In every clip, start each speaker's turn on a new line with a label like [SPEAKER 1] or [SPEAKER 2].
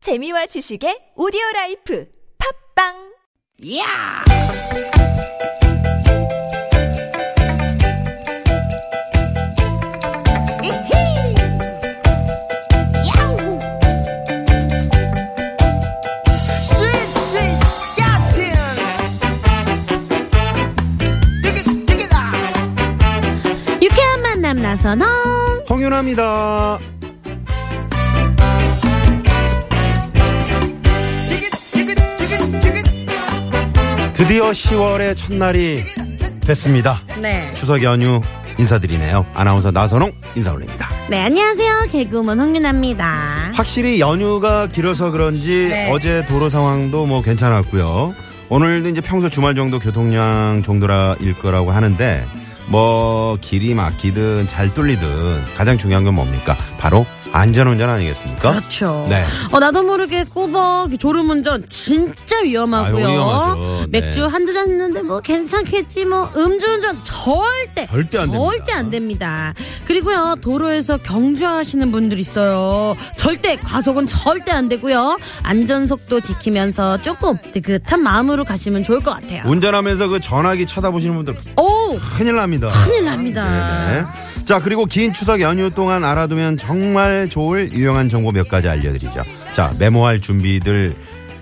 [SPEAKER 1] 재미와 지식의 오디오 라이프 팝빵
[SPEAKER 2] Yeah!
[SPEAKER 3] 유쾌한 만남 나선홍
[SPEAKER 4] 홍윤아입니다. 드디어 10월의 첫날이 됐습니다.
[SPEAKER 3] 네.
[SPEAKER 4] 추석 연휴 인사드리네요. 아나운서 나선홍 인사 올립니다.
[SPEAKER 3] 네 안녕하세요 개그우먼 홍윤아입니다
[SPEAKER 4] 확실히 연휴가 길어서 그런지
[SPEAKER 3] 네.
[SPEAKER 4] 어제 도로 상황도 뭐 괜찮았고요. 오늘도 이제 평소 주말 정도 교통량 정도라일 거라고 하는데 뭐 길이 막히든 잘 뚫리든 가장 중요한 건 뭡니까? 바로 안전운전 아니겠습니까?
[SPEAKER 3] 그렇죠
[SPEAKER 4] 네.
[SPEAKER 3] 어, 나도 모르게 꾸벅 졸음운전 진짜 위험하고요
[SPEAKER 4] 아유, 위험하죠. 네.
[SPEAKER 3] 맥주 한두 잔 했는데 뭐 괜찮겠지 뭐 음주운전 절대
[SPEAKER 4] 절대 안 됩니다.
[SPEAKER 3] 절대 안 됩니다 그리고요 도로에서 경주하시는 분들 있어요 절대 과속은 절대 안 되고요 안전속도 지키면서 조금 느긋한 마음으로 가시면 좋을 것 같아요
[SPEAKER 4] 운전하면서 그 전화기 쳐다보시는 분들
[SPEAKER 3] 오
[SPEAKER 4] 큰일 납니다.
[SPEAKER 3] 큰일 납니다
[SPEAKER 4] 네네. 자, 그리고 긴 추석 연휴 동안 알아두면 정말 좋을 유용한 정보 몇 가지 알려드리죠. 자, 메모할 준비들,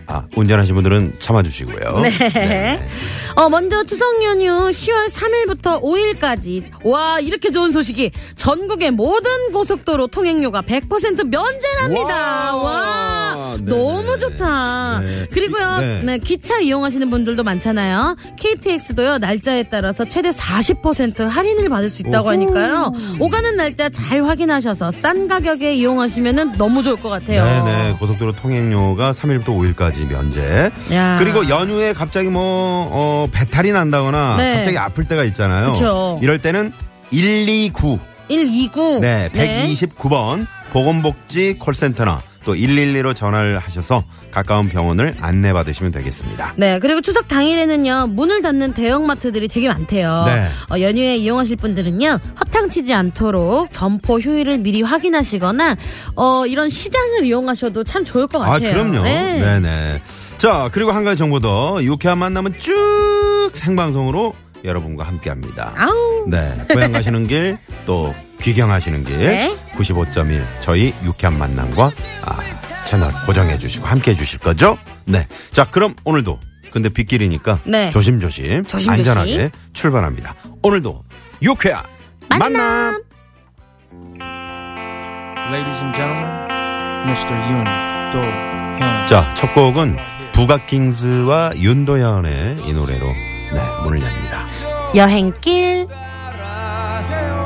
[SPEAKER 4] 아, 운전하신 분들은 참아주시고요.
[SPEAKER 3] 네. 어, 먼저 추석 연휴 10월 3일부터 5일까지. 와, 이렇게 좋은 소식이 전국의 모든 고속도로 통행료가 100% 면제랍니다.
[SPEAKER 4] 와우.
[SPEAKER 3] 와,
[SPEAKER 4] 네네.
[SPEAKER 3] 너무 좋다.
[SPEAKER 4] 네.
[SPEAKER 3] 그리고요,
[SPEAKER 4] 네.
[SPEAKER 3] 네, 기차 이용하시는 분들도 많잖아요. KTX도요, 날짜에 따라서 최대 40% 할인을 받을 수 있다고 하니까요. 오가는 날짜 잘 확인하셔서 싼 가격에 이용하시면 너무 좋을 것 같아요.
[SPEAKER 4] 네네. 고속도로 통행료가 3일부터 5일까지 면제.
[SPEAKER 3] 야.
[SPEAKER 4] 그리고 연휴에 갑자기 뭐, 어, 배탈이 난다거나
[SPEAKER 3] 네.
[SPEAKER 4] 갑자기 아플 때가 있잖아요.
[SPEAKER 3] 그쵸.
[SPEAKER 4] 이럴 때는 129.
[SPEAKER 3] 129.
[SPEAKER 4] 네, 129번 보건복지 콜센터나 또 112로 전화를 하셔서 가까운 병원을 안내받으시면 되겠습니다.
[SPEAKER 3] 네, 그리고 추석 당일에는요, 문을 닫는 대형마트들이 되게 많대요.
[SPEAKER 4] 네.
[SPEAKER 3] 어, 연휴에 이용하실 분들은요, 허탕치지 않도록 점포 휴일을 미리 확인하시거나, 어, 이런 시장을 이용하셔도 참 좋을 것
[SPEAKER 4] 아,
[SPEAKER 3] 같아요.
[SPEAKER 4] 그럼요.
[SPEAKER 3] 네.
[SPEAKER 4] 네. 네 자, 그리고 한 가지 정보 더. 유쾌한 만남은 쭉 생방송으로 여러분과 함께 합니다.
[SPEAKER 3] 아우.
[SPEAKER 4] 네. 고향 가시는 길, 또 귀경하시는 길.
[SPEAKER 3] 네.
[SPEAKER 4] 95.1 저희 유쾌한 만남과 아, 채널 고정해 주시고 함께 해 주실 거죠? 네. 자, 그럼 오늘도 근데 빗길이니까
[SPEAKER 3] 네.
[SPEAKER 4] 조심조심
[SPEAKER 3] 조심조심.
[SPEAKER 4] 안전하게 출발합니다. 오늘도 유쾌한
[SPEAKER 3] 만남.
[SPEAKER 4] 만남.
[SPEAKER 5] Ladies and gentlemen, Mr. Yoon Do Hyun.
[SPEAKER 4] 자, 첫 곡은 부가킹스와 윤도현의 이 노래로 네, 문을 엽니다.
[SPEAKER 3] 여행길.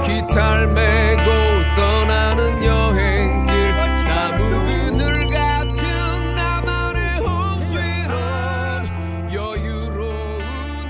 [SPEAKER 6] 기타를 메고 떠나는 여행길 나무 그늘 같은 나만의 홈스윗홈 여유로운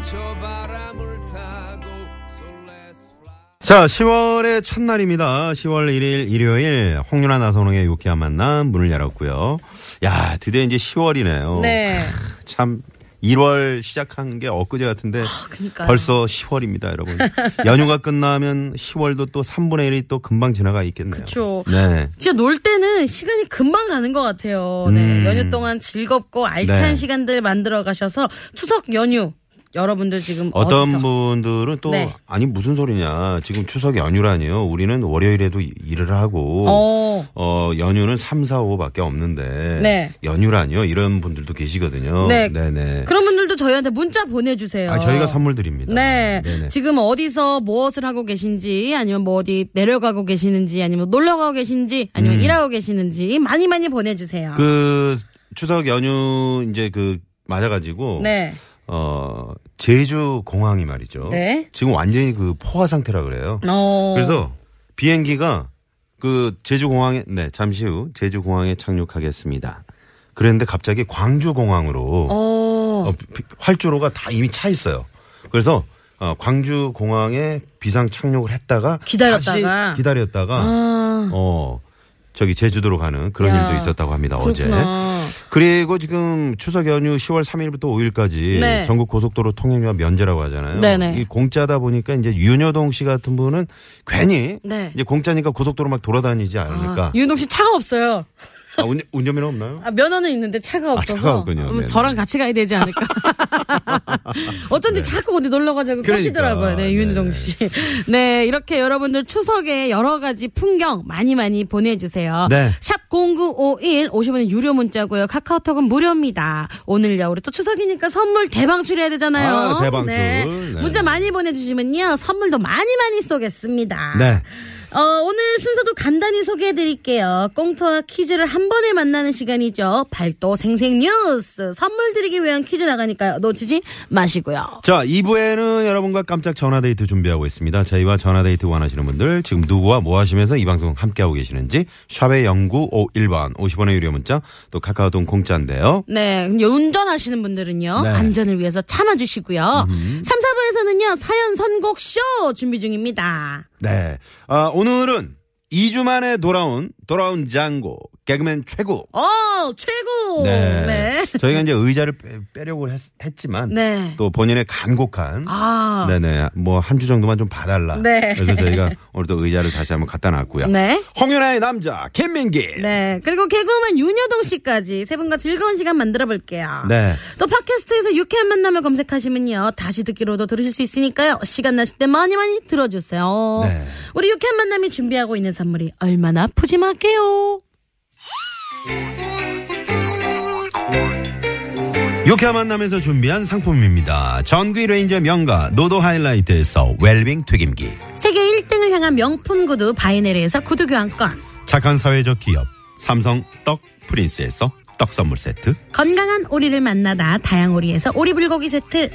[SPEAKER 6] 저 바람을 타고 So let's fly
[SPEAKER 4] 자, 10월의 첫날입니다. 10월 1일 일요일 홍윤아 나선홍의 유쾌한 만남 문을 열었고요. 야, 드디어 이제 10월이네요.
[SPEAKER 3] 네.
[SPEAKER 4] 참 1월 시작한 게 엊그제 같은데
[SPEAKER 3] 아, 그니까요.
[SPEAKER 4] 벌써 10월입니다, 여러분. 연휴가 끝나면 10월도 또 3분의 1이 또 금방 지나가 있겠네요.
[SPEAKER 3] 그쵸.
[SPEAKER 4] 네.
[SPEAKER 3] 진짜 놀 때는 시간이 금방 가는 것 같아요. 네.
[SPEAKER 4] 음.
[SPEAKER 3] 연휴 동안 즐겁고 알찬
[SPEAKER 4] 네.
[SPEAKER 3] 시간들 만들어 가셔서 추석 연휴 여러분들 지금
[SPEAKER 4] 어떤
[SPEAKER 3] 어디서?
[SPEAKER 4] 분들은 또
[SPEAKER 3] 네.
[SPEAKER 4] 아니 무슨 소리냐 지금 추석 연휴라니요 우리는 월요일에도 이- 일을 하고
[SPEAKER 3] 어.
[SPEAKER 4] 어, 연휴는 3, 4, 5밖에 없는데
[SPEAKER 3] 네.
[SPEAKER 4] 연휴라니요 이런 분들도 계시거든요
[SPEAKER 3] 네.
[SPEAKER 4] 네네
[SPEAKER 3] 그런 분들도 저희한테 문자 보내주세요.
[SPEAKER 4] 아, 저희가 선물 드립니다
[SPEAKER 3] 네.
[SPEAKER 4] 네네.
[SPEAKER 3] 지금 어디서 무엇을 하고 계신지, 아니면 뭐 어디 내려가고 계시는지, 아니면 놀러 가고 계신지, 아니면 일하고 계시는지 많이 많이 보내주세요.
[SPEAKER 4] 음. 그 추석 연휴 이제 그 맞아가지고
[SPEAKER 3] 네.
[SPEAKER 4] 어 제주 공항이 말이죠
[SPEAKER 3] 네.
[SPEAKER 4] 지금 완전히 그 포화 상태라 그래요
[SPEAKER 3] 어.
[SPEAKER 4] 그래서 비행기가 그 제주 공항에 네 잠시 후 제주 공항에 착륙하겠습니다. 그랬는데 갑자기 광주 공항으로
[SPEAKER 3] 어.
[SPEAKER 4] 어, 비- 활주로가 다 이미 차 있어요. 그래서 어, 광주 공항에 비상 착륙을 했다가
[SPEAKER 3] 기다렸다가.
[SPEAKER 4] 다시 기다렸다가
[SPEAKER 3] 아.
[SPEAKER 4] 어 저기 제주도로 가는 그런
[SPEAKER 3] 야.
[SPEAKER 4] 일도 있었다고 합니다 어제.
[SPEAKER 3] 그렇구나.
[SPEAKER 4] 그리고 지금 추석 연휴 10월 3일부터 5일까지
[SPEAKER 3] 네.
[SPEAKER 4] 전국 고속도로 통행료 면제라고 하잖아요.
[SPEAKER 3] 네네.
[SPEAKER 4] 이 공짜다 보니까 이제 윤여동 씨 같은 분은 괜히
[SPEAKER 3] 네.
[SPEAKER 4] 이제 공짜니까 고속도로 막 돌아다니지 않을까.
[SPEAKER 3] 아, 윤동 씨 차가 없어요.
[SPEAKER 4] 아, 운, 운전면허 없나요?
[SPEAKER 3] 아, 면허는 있는데 차가 없어서
[SPEAKER 4] 차가 없군요.
[SPEAKER 3] 음,
[SPEAKER 4] 네,
[SPEAKER 3] 저랑
[SPEAKER 4] 네.
[SPEAKER 3] 같이 가야 되지 않을까. 어쩐지 자꾸 어디 놀러 가자고
[SPEAKER 4] 그러니까.
[SPEAKER 3] 까시더라고요. 네,
[SPEAKER 4] 네,
[SPEAKER 3] 윤희동
[SPEAKER 4] 네.
[SPEAKER 3] 씨. 네, 이렇게 여러분들 추석에 여러 가지 풍경 많이 많이 보내주세요.
[SPEAKER 4] 네.
[SPEAKER 3] 샵 0951 50원의 유료 문자고요. 카카오톡은 무료입니다. 오늘요. 우리 또 추석이니까 선물 대방출 해야 되잖아요.
[SPEAKER 4] 아, 대방출. 네.
[SPEAKER 3] 문자 많이 보내주시면요. 선물도 많이 많이 쏘겠습니다.
[SPEAKER 4] 네.
[SPEAKER 3] 어, 오늘 순서도 간단히 소개해 드릴게요. 꽁트와 퀴즈를 한 번에 만나는 시간이죠. 발도 생생 뉴스. 선물 드리기 위한 퀴즈 나가니까요. 놓치지 마시고요.
[SPEAKER 4] 자, 2부에는 여러분과 깜짝 전화데이트 준비하고 있습니다. 저희와 전화데이트 원하시는 분들, 지금 누구와 뭐 하시면서 이 방송 함께하고 계시는지, 샵의 0951번, 50원의 유료 문자, 또 카카오톡 공짜인데요.
[SPEAKER 3] 네, 근데 운전하시는 분들은요.
[SPEAKER 4] 네. 음.
[SPEAKER 3] 안전을 위해서 참아주시고요. 삼 3, 4부에서는요. 사연 선곡쇼 준비 중입니다.
[SPEAKER 4] 네. 아, 오늘은 2주 만에 돌아온, 돌아온 장고, 개그맨 최고. 네.
[SPEAKER 3] 어, 최고!
[SPEAKER 4] 저희가 이제 의자를 빼, 빼려고 했, 지만
[SPEAKER 3] 네.
[SPEAKER 4] 또 본인의 간곡한.
[SPEAKER 3] 아.
[SPEAKER 4] 네네. 뭐, 한 주 정도만 좀 봐달라.
[SPEAKER 3] 네.
[SPEAKER 4] 그래서 저희가 오늘 또 의자를 다시 한번 갖다 놨고요.
[SPEAKER 3] 네.
[SPEAKER 4] 홍윤아의 남자, 김민기.
[SPEAKER 3] 네. 그리고 개그우먼 윤여동 씨까지 세 분과 즐거운 시간 만들어 볼게요.
[SPEAKER 4] 네.
[SPEAKER 3] 또 팟캐스트에서 유쾌한 만남을 검색하시면요. 다시 듣기로도 들으실 수 있으니까요. 시간 나실 때 많이 많이 들어주세요.
[SPEAKER 4] 네.
[SPEAKER 3] 우리 유쾌한 만남이 준비하고 있는 선물이 얼마나 푸짐할게요.
[SPEAKER 4] 유쾌한 만남에서 준비한 상품입니다. 전기 레인저 명가 노도 하이라이트에서 웰빙 튀김기.
[SPEAKER 3] 세계 1등을 향한 명품 구두 바이네리에서 구두 교환권.
[SPEAKER 4] 착한 사회적 기업 삼성 떡 프린스에서 떡 선물 세트.
[SPEAKER 3] 건강한 오리를 만나다 다양오리에서 오리불고기 세트.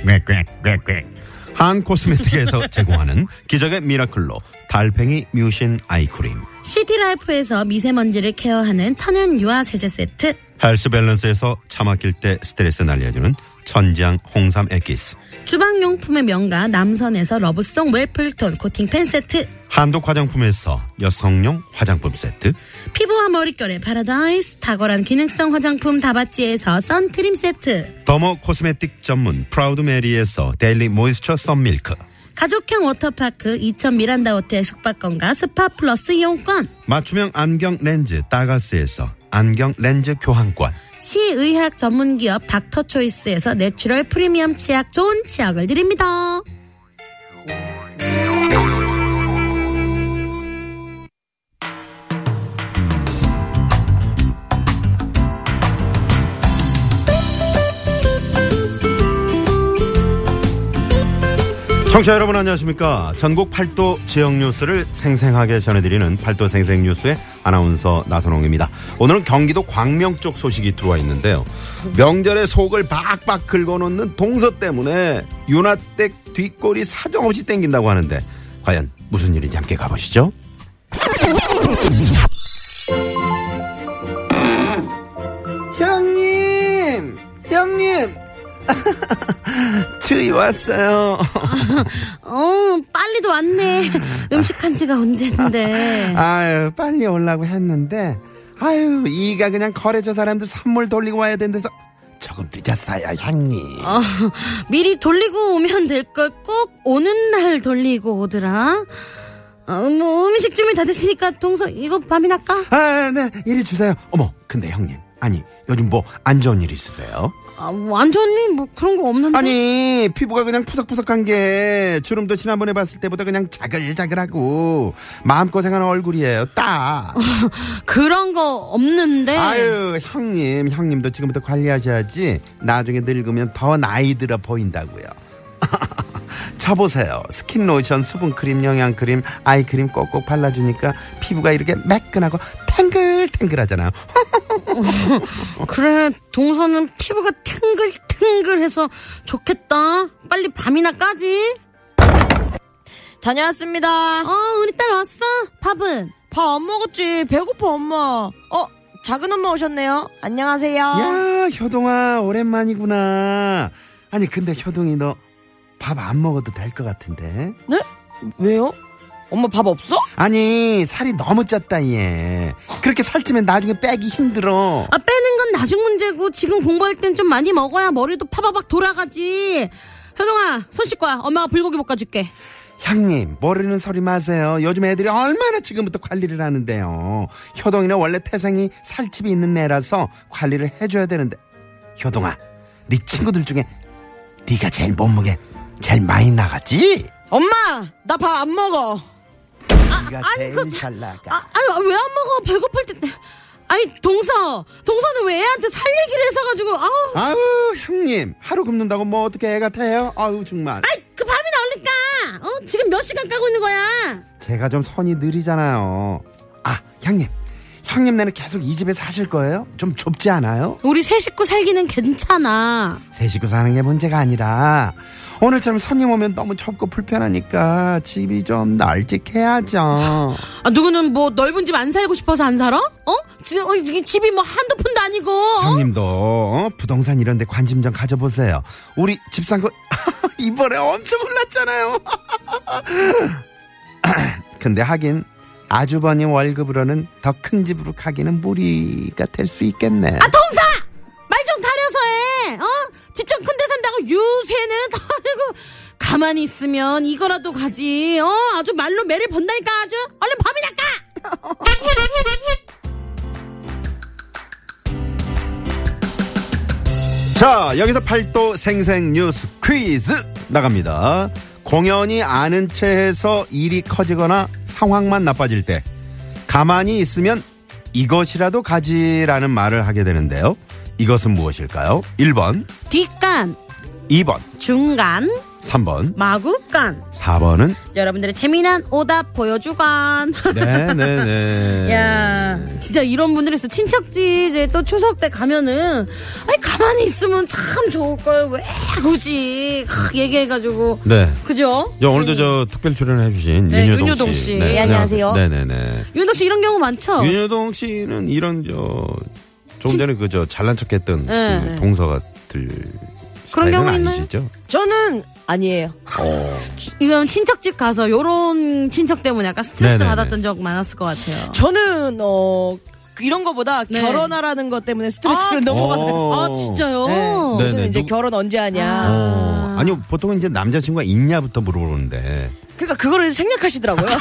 [SPEAKER 4] 한 코스메틱에서 제공하는 기적의 미라클로 달팽이 뮤신 아이크림.
[SPEAKER 3] 시티라이프에서 미세먼지를 케어하는 천연 유화 세제 세트.
[SPEAKER 4] 헬스 밸런스에서 차 막힐 때 스트레스 날려주는 천장 홍삼 액기스.
[SPEAKER 3] 주방용품의 명가 남선에서 러브송 웰플톤 코팅팬 세트.
[SPEAKER 4] 한독 화장품에서 여성용 화장품 세트.
[SPEAKER 3] 피부와 머릿결의 파라다이스 탁월한 기능성 화장품 다바찌에서 선크림 세트
[SPEAKER 4] 더모 코스메틱 전문 프라우드 메리에서 데일리 모이스처 썬밀크.
[SPEAKER 3] 가족형 워터파크 2000 미란다 호텔 숙박권과 스파 플러스 이용권
[SPEAKER 4] 맞춤형 안경 렌즈 따가스에서 안경 렌즈 교환권
[SPEAKER 3] 치의학 전문기업 닥터초이스에서 내추럴 프리미엄 치약 좋은 치약을 드립니다
[SPEAKER 4] 청취자 여러분 안녕하십니까 전국 팔도 지역 뉴스를 생생하게 전해드리는 팔도 생생 뉴스의 아나운서 나선홍입니다 오늘은 경기도 광명 쪽 소식이 들어와 있는데요 명절에 속을 박박 긁어놓는 동서 때문에 윤아댁 뒷골이 사정없이 땡긴다고 하는데 과연 무슨 일인지 함께 가보시죠 형님 형님 저희 왔어요
[SPEAKER 3] 어 빨리도 왔네 음식한 지가 언젠데
[SPEAKER 4] 아유 빨리 오려고 했는데 아유 이가 그냥 거래처 사람들 선물 돌리고 와야 된대서 조금 늦었어요 형님
[SPEAKER 3] 어, 미리 돌리고 오면 될 걸 꼭 오는 날 돌리고 오더라 어, 뭐 음식 준비 다 됐으니까 동서 이거 밥이나 까
[SPEAKER 4] 아네 이리 주세요 어머 근데 형님 아니 요즘 뭐 안 좋은 일 있으세요?
[SPEAKER 3] 아, 뭐 완전히 뭐 그런 거 없는데.
[SPEAKER 4] 아니 피부가 그냥 푸석푸석한 게 주름도 지난번에 봤을 때보다 그냥 자글자글하고 마음고생하는 얼굴이에요 딱
[SPEAKER 3] 그런 거 없는데.
[SPEAKER 4] 아유 형님 형님도 지금부터 관리하셔야지 나중에 늙으면 더 나이 들어 보인다고요 쳐보세요 스킨 로션 수분 크림 영양 크림 아이 크림 꼭꼭 발라주니까 피부가 이렇게 매끈하고 탱글탱글하잖아요
[SPEAKER 3] 그래, 동서는 피부가 탱글탱글해서 좋겠다. 빨리 밤이나 까지.
[SPEAKER 2] 다녀왔습니다.
[SPEAKER 3] 어, 우리 딸 왔어? 밥은?
[SPEAKER 2] 밥 안 먹었지. 배고파, 엄마. 어, 작은 엄마 오셨네요. 안녕하세요.
[SPEAKER 3] 어.
[SPEAKER 4] 야 효동아 오랜만이구나 아니 근데 효동이 너 밥 안 먹어도 될 것 같은데
[SPEAKER 2] 왜요? 엄마 밥 없어?
[SPEAKER 4] 아니 살이 너무 쪘다 얘 그렇게 살찌면 나중에 빼기 힘들어
[SPEAKER 3] 아, 빼는 건 나중 문제고, 지금 공부할 땐 좀 많이 먹어야 머리도 파바박 돌아가지. 현동아, 손 씻고 와. 엄마가 불고기 볶아줄게.
[SPEAKER 4] 향님, 모르는 소리 마세요. 요즘 애들이 얼마나 지금부터 관리를 하는데요. 효동이는 원래 태생이 살집이 있는 애라서 관리를 해줘야 되는데. 효동아, 네 친구들 중에 네가 제일 몸무게 제일 많이 나가지?
[SPEAKER 2] 엄마 나 밥 안 먹어
[SPEAKER 4] 네가
[SPEAKER 3] 아니,
[SPEAKER 4] 제일
[SPEAKER 3] 그
[SPEAKER 4] 잘 나가.
[SPEAKER 3] 아, 아니 왜 안 먹어? 배고플 때. 아니 동서, 동서는 왜 애한테 살 얘기를 해서가지고 어? 아우.
[SPEAKER 4] 아우 형님 하루 굶는다고 뭐 어떻게 애가 돼요? 아우 정말
[SPEAKER 3] 아이 그 밥이 나올니까. 어 지금 몇 시간 까고 있는 거야?
[SPEAKER 4] 제가 좀 선이 느리잖아요. 아 형님 형님 네는 계속 이 집에 사실 거예요? 좀 좁지 않아요?
[SPEAKER 3] 우리 세 식구 살기는 괜찮아.
[SPEAKER 4] 세 식구 사는 게 문제가 아니라 오늘처럼 손님 오면 너무 좁고 불편하니까 집이 좀 널찍해야죠.
[SPEAKER 3] 아, 누구는 뭐 넓은 집 안 살고 싶어서 안 살아? 어? 지, 어, 이 집이 뭐 한두 푼도 아니고. 어?
[SPEAKER 4] 형님도 어? 부동산 이런 데 관심 좀 가져보세요. 우리 집 산 거 이번에 엄청 올랐잖아요. 근데 하긴 아주버님 월급으로는 더 큰 집으로 가기는 무리가 될 수 있겠네.
[SPEAKER 3] 동사! 말 좀 가려서 해. 어? 집 좀 큰 데 산다고 유세는 아이고 가만히 있으면 이거라도 가지. 어? 아주 말로 매를 번다니까 아주. 얼른 밤이 낚아.
[SPEAKER 4] 자, 여기서 팔도 생생 뉴스 퀴즈 나갑니다. 공연이 아는 채 해서 일이 커지거나 상황만 나빠질 때 가만히 있으면 이것이라도 가지라는 말을 하게 되는데요. 이것은 무엇일까요? 1번,
[SPEAKER 3] 뒷간,
[SPEAKER 4] 2번,
[SPEAKER 3] 중간,
[SPEAKER 4] 3번,
[SPEAKER 3] 마구간.
[SPEAKER 4] 4번은
[SPEAKER 3] 여러분들의 재미난 오답 보여주간.
[SPEAKER 4] 네, 네, 네.
[SPEAKER 3] 야, 진짜 이런 분들 있어. 친척집에 또 추석 때 가면은, 아니, 가만히 있으면 참 좋을 걸왜 굳이 크, 얘기해가지고.
[SPEAKER 4] 네.
[SPEAKER 3] 그죠? 음.
[SPEAKER 4] 야, 오늘도 저 특별 출연해 주신
[SPEAKER 3] 네,
[SPEAKER 4] 윤여동,
[SPEAKER 3] 윤여동 씨. 예,
[SPEAKER 4] 안녕하세요.
[SPEAKER 3] 안녕하세요.
[SPEAKER 4] 네, 네, 네.
[SPEAKER 3] 윤호 씨 이런 경우 많죠?
[SPEAKER 4] 윤여동 씨는 이런 저 조금 전에 그 저 잘난 척했던
[SPEAKER 3] 네,
[SPEAKER 4] 그
[SPEAKER 3] 네.
[SPEAKER 4] 동서가 들
[SPEAKER 3] 그런
[SPEAKER 4] 스타일은
[SPEAKER 3] 경우에는-
[SPEAKER 4] 아니시죠?
[SPEAKER 2] 저는 아니에요
[SPEAKER 3] 이건 친척집 가서 요런 친척 때문에 약간 스트레스
[SPEAKER 4] 네네네.
[SPEAKER 3] 받았던 적 많았을 것 같아요.
[SPEAKER 2] 저는 어 이런 거보다
[SPEAKER 3] 네.
[SPEAKER 2] 결혼하라는 것 때문에 스트레스를 너무 받아요
[SPEAKER 4] 어.
[SPEAKER 3] 아, 진짜요?
[SPEAKER 2] 네.
[SPEAKER 4] 네네,
[SPEAKER 2] 요즘 이제
[SPEAKER 4] 누구-
[SPEAKER 2] 결혼 언제 하냐
[SPEAKER 4] 어, 아니요 보통은 이제 남자친구가 있냐부터 물어보는데
[SPEAKER 2] 그러니까 그거를 생략하시더라고요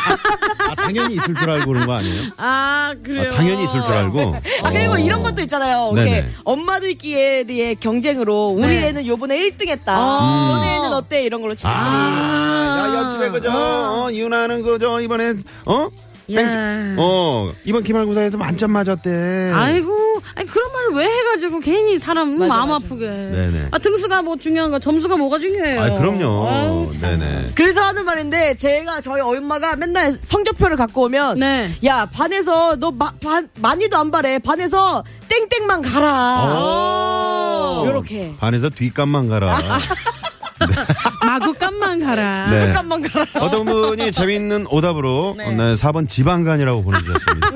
[SPEAKER 4] 아, 당연히 있을 줄 알고 그런 거 아니에요?
[SPEAKER 3] 아, 그래요?
[SPEAKER 4] 아, 당연히 있을 줄 알고.
[SPEAKER 2] 아 그리고
[SPEAKER 4] 어.
[SPEAKER 2] 이런 것도 있잖아요.
[SPEAKER 4] 네네.
[SPEAKER 2] 이렇게 엄마들끼리의 경쟁으로 우리
[SPEAKER 3] 네.
[SPEAKER 2] 애는 요번에 1등 했다.
[SPEAKER 3] 아.
[SPEAKER 2] 너네 애는 어때? 이런 걸로 치는
[SPEAKER 4] 아, 야, 옆집에 그저, 어, 이유나는 그저, 이번에, 어? 땡,
[SPEAKER 3] 야.
[SPEAKER 4] 어, 이번 기말고사에서 만점 맞았대.
[SPEAKER 3] 아이고, 아니 그런 말을 왜 해가지고 괜히 사람
[SPEAKER 2] 맞아,
[SPEAKER 3] 마음
[SPEAKER 2] 맞아.
[SPEAKER 3] 아프게.
[SPEAKER 4] 네네.
[SPEAKER 3] 아 등수가 뭐 중요한 거, 점수가 뭐가 중요해요?
[SPEAKER 4] 아, 그럼요.
[SPEAKER 3] 아유, 참.
[SPEAKER 4] 네네.
[SPEAKER 2] 그래서 하는 말인데 제가 저희 엄마가 맨날 성적표를 갖고 오면
[SPEAKER 3] 네.
[SPEAKER 2] 야 반에서 너 마, 반, 많이도 안 바래 반에서 땡땡만 가라
[SPEAKER 4] 오.
[SPEAKER 2] 요렇게
[SPEAKER 4] 반에서 뒷감만 가라.
[SPEAKER 3] 마구간만 가라.
[SPEAKER 4] 네.
[SPEAKER 2] 잠깐만 가라
[SPEAKER 4] 어떤 분이 재밌는 오답으로 네. 4번 지방간이라고 보내주셨습니다.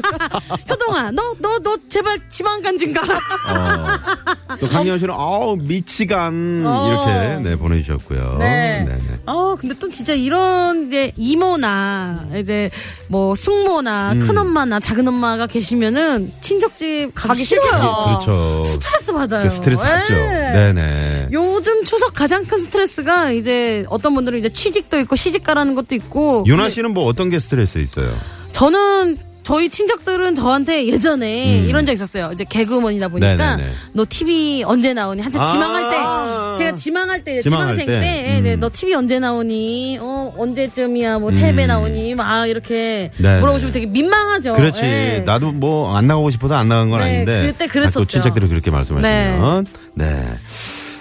[SPEAKER 3] 효동아, 너, 너, 너 제발 지방간 증 가라.
[SPEAKER 4] 어. 또 강연 씨는 아우 미치간
[SPEAKER 3] 어.
[SPEAKER 4] 이렇게 네, 보내주셨고요.
[SPEAKER 3] 네.
[SPEAKER 4] 네네.
[SPEAKER 3] 어, 근데 또 진짜 이런 이제 이모나 이제 뭐 숙모나
[SPEAKER 4] 음.
[SPEAKER 3] 큰 엄마나 작은 엄마가 계시면은 친척집 가기 싫어요.
[SPEAKER 4] 그- 그렇죠.
[SPEAKER 3] 스트레스 받아요.
[SPEAKER 4] 그 스트레스 받죠.
[SPEAKER 3] 예.
[SPEAKER 4] 네네.
[SPEAKER 3] 요즘 추석 가장 큰 스트레스가 이제 어떤 분들은 이제 취직도 있고 시집가라는 것도 있고
[SPEAKER 4] 유나 씨는 뭐 어떤 게 스트레스 있어요?
[SPEAKER 3] 저는 저희 친척들은 저한테 예전에 이런 적 있었어요. 이제 개그우먼이다 보니까
[SPEAKER 4] 음. 네네네.
[SPEAKER 3] 너 TV 언제 나오니? 한참
[SPEAKER 4] 아.
[SPEAKER 3] 지망할 때 제가 지망할 때
[SPEAKER 4] 지망할
[SPEAKER 3] 지망생
[SPEAKER 4] 때.
[SPEAKER 3] 때, 예, 네,
[SPEAKER 4] 음.
[SPEAKER 3] 너 TV 언제 나오니? 어 언제쯤이야? 뭐 텔레비 나오니? 막 이렇게
[SPEAKER 4] 음. 네네.
[SPEAKER 3] 물어보시면 되게 민망하죠.
[SPEAKER 4] 그렇지.
[SPEAKER 3] 예.
[SPEAKER 4] 나도 뭐 안 나가고 싶어서 안 나간 건
[SPEAKER 3] 네,
[SPEAKER 4] 아닌데.
[SPEAKER 3] 그때 그랬었죠.
[SPEAKER 4] 자꾸 친척들이 그렇게 말씀하시면. 네.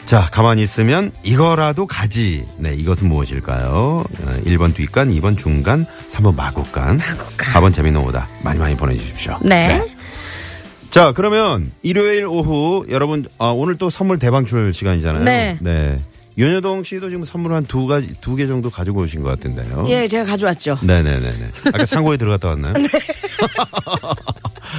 [SPEAKER 4] 자, 가만히 있으면 이거라도 가지. 네, 이것은 무엇일까요? 어, 1번 뒷간, 2번 중간, 3번 마구간, 4번 재미는 오다. 많이 많이 보내주십시오.
[SPEAKER 3] 네.
[SPEAKER 4] 자, 그러면 일요일 오후 여러분 아, 오늘 또 선물 대방출 시간이잖아요.
[SPEAKER 3] 네.
[SPEAKER 4] 윤여동 씨도 지금 선물 한 두 가지 두 개 정도 가지고 오신 것 같은데요.
[SPEAKER 2] 예 제가 가져왔죠
[SPEAKER 4] 네네네네. 아까 창고에 들어갔다 왔나요? 네.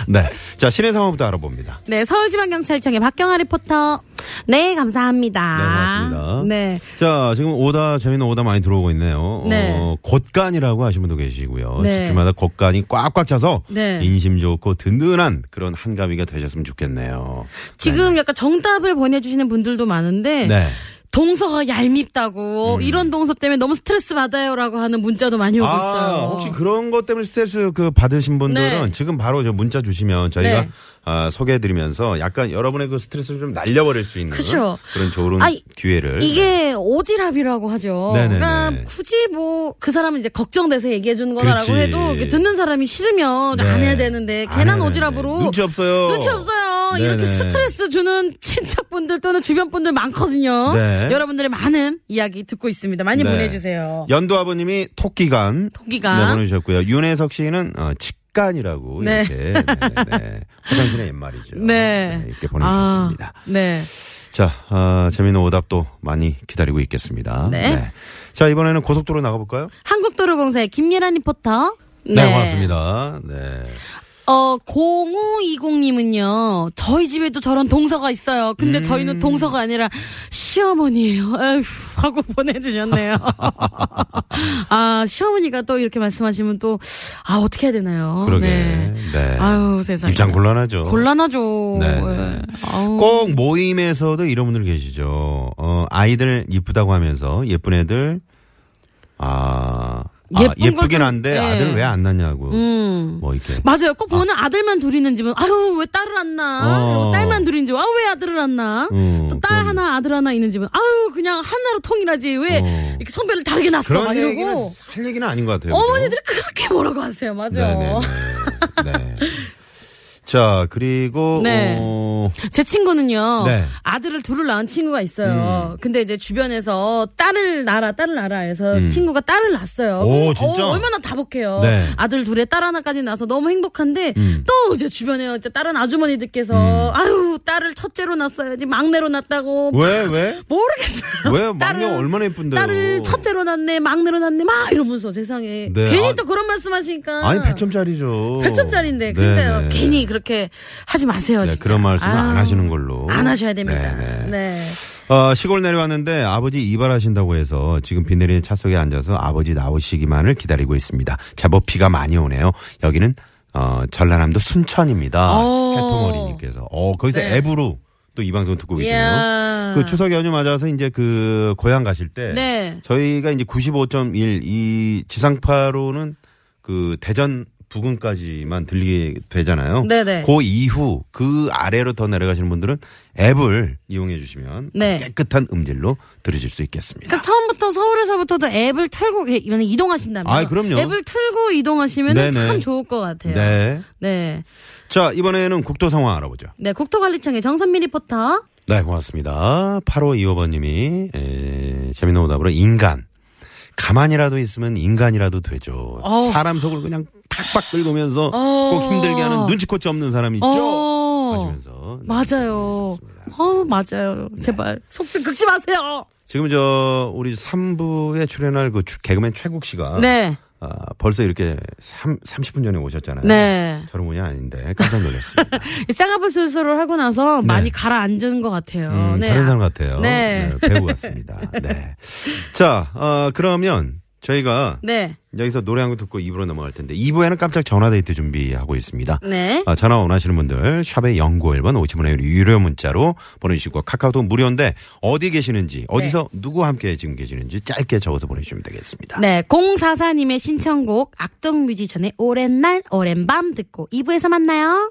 [SPEAKER 4] 네. 자, 시내 상황부터 알아봅니다.
[SPEAKER 3] 네, 서울지방경찰청의 박경아 리포터. 네, 감사합니다.
[SPEAKER 4] 네, 고맙습니다.
[SPEAKER 3] 네.
[SPEAKER 4] 자, 지금 오다, 저희는 오다 많이 들어오고 있네요. 어,
[SPEAKER 3] 네.
[SPEAKER 4] 곳간이라고 하시는 분도 계시고요.
[SPEAKER 3] 네.
[SPEAKER 4] 집주마다 곳간이 꽉꽉 차서
[SPEAKER 3] 네.
[SPEAKER 4] 인심 좋고 든든한 그런 한가위가 되셨으면 좋겠네요.
[SPEAKER 3] 지금 약간 정답을 보내주시는 분들도 많은데
[SPEAKER 4] 네.
[SPEAKER 3] 동서가 얄밉다고 이런 동서 때문에 너무 스트레스 받아요라고 하는 문자도 많이 오고 있어요.
[SPEAKER 4] 음. 아, 혹시 그런 것 때문에 스트레스 그 받으신 분들은
[SPEAKER 3] 네.
[SPEAKER 4] 지금 바로 저 문자 주시면 저희가
[SPEAKER 3] 네.
[SPEAKER 4] 아, 소개해드리면서 약간 여러분의 그 스트레스를 좀 날려버릴 수 있는
[SPEAKER 3] 그쵸.
[SPEAKER 4] 런 좋은
[SPEAKER 3] 아이,
[SPEAKER 4] 기회를.
[SPEAKER 3] 이게 오지랖이라고 하죠.
[SPEAKER 4] 네네네.
[SPEAKER 3] 그러니까 굳이 뭐 그 사람은 이제 걱정돼서 얘기해 주는 거라고
[SPEAKER 4] 그렇지.
[SPEAKER 3] 해도 이게 듣는 사람이 싫으면
[SPEAKER 4] 네.
[SPEAKER 3] 안 해야 되는데
[SPEAKER 4] 안
[SPEAKER 3] 괜한
[SPEAKER 4] 해야
[SPEAKER 3] 오지랖으로
[SPEAKER 4] 되는데. 눈치 없어요.
[SPEAKER 3] 눈치 없어요. 이렇게
[SPEAKER 4] 네네.
[SPEAKER 3] 스트레스 주는 친척분들 또는 주변분들 많거든요.
[SPEAKER 4] 네.
[SPEAKER 3] 여러분들의 많은 이야기 듣고 있습니다. 많이
[SPEAKER 4] 네.
[SPEAKER 3] 보내주세요.
[SPEAKER 4] 연두 아버님이 토끼간.
[SPEAKER 3] 토끼간.
[SPEAKER 4] 네, 보내주셨고요. 윤혜석 씨는 어, 직간이라고
[SPEAKER 3] 네.
[SPEAKER 4] 이렇게. 네, 네, 네. 화장실의 옛말이죠.
[SPEAKER 3] 네.
[SPEAKER 4] 이렇게 보내주셨습니다.
[SPEAKER 3] 아, 네.
[SPEAKER 4] 자, 아, 재미있는 오답도 많이 기다리고 있겠습니다.
[SPEAKER 3] 네.
[SPEAKER 4] 자, 이번에는 고속도로 나가볼까요?
[SPEAKER 3] 한국도로공사의 김예란 리포터.
[SPEAKER 4] 네,
[SPEAKER 3] 네.
[SPEAKER 4] 고맙습니다. 네.
[SPEAKER 3] 어, 0520님은요, 저희 집에도 저런 동서가 있어요.
[SPEAKER 4] 음.
[SPEAKER 3] 근데 저희는 동서가 아니라 시어머니예요. 에휴, 하고 보내주셨네요. 아, 시어머니가 또 이렇게 말씀하시면 또, 아, 어떻게 해야 되나요?
[SPEAKER 4] 그러게.
[SPEAKER 3] 네.
[SPEAKER 4] 네.
[SPEAKER 3] 아유, 세상에.
[SPEAKER 4] 입장 곤란하죠.
[SPEAKER 3] 곤란하죠.
[SPEAKER 4] 네.
[SPEAKER 3] 예. 아우.
[SPEAKER 4] 꼭 모임에서도 이런 분들 계시죠. 어, 아이들 이쁘다고 하면서 예쁜 애들, 아, 아,
[SPEAKER 3] 예쁜
[SPEAKER 4] 예쁘긴
[SPEAKER 3] 것도-
[SPEAKER 4] 한데
[SPEAKER 3] 예.
[SPEAKER 4] 아들 왜 안 낳냐고.
[SPEAKER 3] 음.
[SPEAKER 4] 뭐 이렇게.
[SPEAKER 3] 맞아요. 꼭 보면 아들만 둘 있는 집은, 아유, 왜 딸을 안 낳아?
[SPEAKER 4] 어.
[SPEAKER 3] 그리고 딸만 둘인 집은, 아유, 왜 아들을 안 낳아?
[SPEAKER 4] 어,
[SPEAKER 3] 또 딸
[SPEAKER 4] 그런-
[SPEAKER 3] 하나, 아들 하나 있는 집은, 아유, 그냥 하나로 통일하지. 왜
[SPEAKER 4] 어.
[SPEAKER 3] 이렇게 성별을 다르게 낳았어? 막
[SPEAKER 4] 그런 얘기는
[SPEAKER 3] 이러고.
[SPEAKER 4] 살 얘기는 아닌 것 같아요. 그죠?
[SPEAKER 3] 어머니들이 그렇게 뭐라고 하세요. 맞아요.
[SPEAKER 4] 네네네. 네. 자, 그리고
[SPEAKER 3] 네.
[SPEAKER 4] 어,
[SPEAKER 3] 제 친구는요.
[SPEAKER 4] 네. 음.
[SPEAKER 3] 아들을 둘을 낳은 친구가 있어요. 근데 이제 주변에서 딸을 낳아, 딸을 낳아 해서 친구가 딸을 낳았어요.
[SPEAKER 4] 음. 오,
[SPEAKER 3] 그럼
[SPEAKER 4] 진짜?
[SPEAKER 3] 어, 얼마나 다복해요.
[SPEAKER 4] 네.
[SPEAKER 3] 아들 둘에 딸 하나까지 낳아서 너무 행복한데
[SPEAKER 4] 음.
[SPEAKER 3] 또 이제 주변에 이제 다른 아주머니들께서 아유, 딸을 첫째로 낳았어야지 막내로 낳았다고
[SPEAKER 4] 왜 왜?
[SPEAKER 3] 모르겠어요.
[SPEAKER 4] 왜 막내
[SPEAKER 3] 딸을-
[SPEAKER 4] 얼마나 예쁜데요?
[SPEAKER 3] 딸을 첫째로 낳네, 막내로 낳네, 막 이러면서 세상에.
[SPEAKER 4] 네,
[SPEAKER 3] 괜히
[SPEAKER 4] 아-
[SPEAKER 3] 또 그런 말씀 하시니까.
[SPEAKER 4] 아니 100점짜리죠.
[SPEAKER 3] 100점짜리인데 근데
[SPEAKER 4] 네네.
[SPEAKER 3] 괜히 그렇게 하지 마세요.
[SPEAKER 4] 네,
[SPEAKER 3] 진짜.
[SPEAKER 4] 그런 말씀은 안
[SPEAKER 3] 아유,
[SPEAKER 4] 하시는 걸로.
[SPEAKER 3] 안 하셔야 됩니다.
[SPEAKER 4] 네네.
[SPEAKER 3] 네.
[SPEAKER 4] 어, 시골 내려왔는데 아버지 이발하신다고 해서 지금 비 내리는 차 속에 앉아서 아버지 나오시기만을 기다리고 있습니다. 제법 비가 많이 오네요. 여기는 어, 전라남도 순천입니다.
[SPEAKER 3] 어.
[SPEAKER 4] 해토머리님께서 어 거기서
[SPEAKER 3] 네.
[SPEAKER 4] 앱으로 또 이 방송 듣고 계시네요.
[SPEAKER 3] 이야.
[SPEAKER 4] 그 추석 연휴 맞아서 이제 그 고향 가실 때
[SPEAKER 3] 네.
[SPEAKER 4] 저희가 이제 95.1 이 지상파로는 그 대전 부근까지만 들리게 되잖아요.
[SPEAKER 3] 네네.
[SPEAKER 4] 그 이후 그 아래로 더 내려가시는 분들은 앱을 이용해 주시면
[SPEAKER 3] 네.
[SPEAKER 4] 깨끗한 음질로 들으실 수 있겠습니다.
[SPEAKER 3] 그러니까 처음부터 서울에서부터도 앱을 틀고 예, 이번에 이동하신다면
[SPEAKER 4] 아이, 그럼요.
[SPEAKER 3] 앱을 틀고 이동하시면
[SPEAKER 4] 네네.
[SPEAKER 3] 참 좋을 것 같아요.
[SPEAKER 4] 네.
[SPEAKER 3] 네.
[SPEAKER 4] 자, 이번에는 국도 상황 알아보죠.
[SPEAKER 3] 네, 국토관리청의 정선미 리포터.
[SPEAKER 4] 네, 고맙습니다. 8525번님이 에, 재밌는 오답으로 인간. 가만히라도 있으면 인간이라도 되죠.
[SPEAKER 3] 어.
[SPEAKER 4] 사람 속을 그냥 팍팍 긁으면서
[SPEAKER 3] 어.
[SPEAKER 4] 꼭 힘들게 하는 눈치코치 없는 사람이 있죠.
[SPEAKER 3] 어.
[SPEAKER 4] 하시면서 네,
[SPEAKER 3] 맞아요.
[SPEAKER 4] 보내주셨습니다.
[SPEAKER 3] 어, 맞아요. 제발
[SPEAKER 4] 네.
[SPEAKER 3] 속 좀 긁지 마세요.
[SPEAKER 4] 지금 저 우리 3부에 출연할 그 추- 개그맨 최국 씨가
[SPEAKER 3] 네.
[SPEAKER 4] 아, 벌써 이렇게 3, 30분 전에 오셨잖아요.
[SPEAKER 3] 네.
[SPEAKER 4] 저런 분이 아닌데 깜짝 놀랐습니다.
[SPEAKER 3] 이 쌍꺼풀 수술을 하고 나서 많이 가라앉은 것 같아요.
[SPEAKER 4] 네. 음,
[SPEAKER 3] 네.
[SPEAKER 4] 다른
[SPEAKER 3] 아,
[SPEAKER 4] 사람 같아요.
[SPEAKER 3] 네.
[SPEAKER 4] 배우 같습니다. 네. 자, 어, 그러면 저희가
[SPEAKER 3] 네.
[SPEAKER 4] 여기서 노래 한 곡 듣고 2부로 넘어갈 텐데 2부에는 깜짝 전화 데이트 준비하고 있습니다.
[SPEAKER 3] 네.
[SPEAKER 4] 아, 전화 원하시는 분들 샵의 0951번 50원의 유료 문자로 보내주시고 카카오톡 무료인데 어디
[SPEAKER 3] 네.
[SPEAKER 4] 계시는지 어디서 누구와 함께 지금 계시는지 짧게 적어서 보내주시면 되겠습니다.
[SPEAKER 3] 네, 044님의 신청곡 악동 뮤지션의 오랜 날, 오랜 밤 듣고 2부에서 만나요.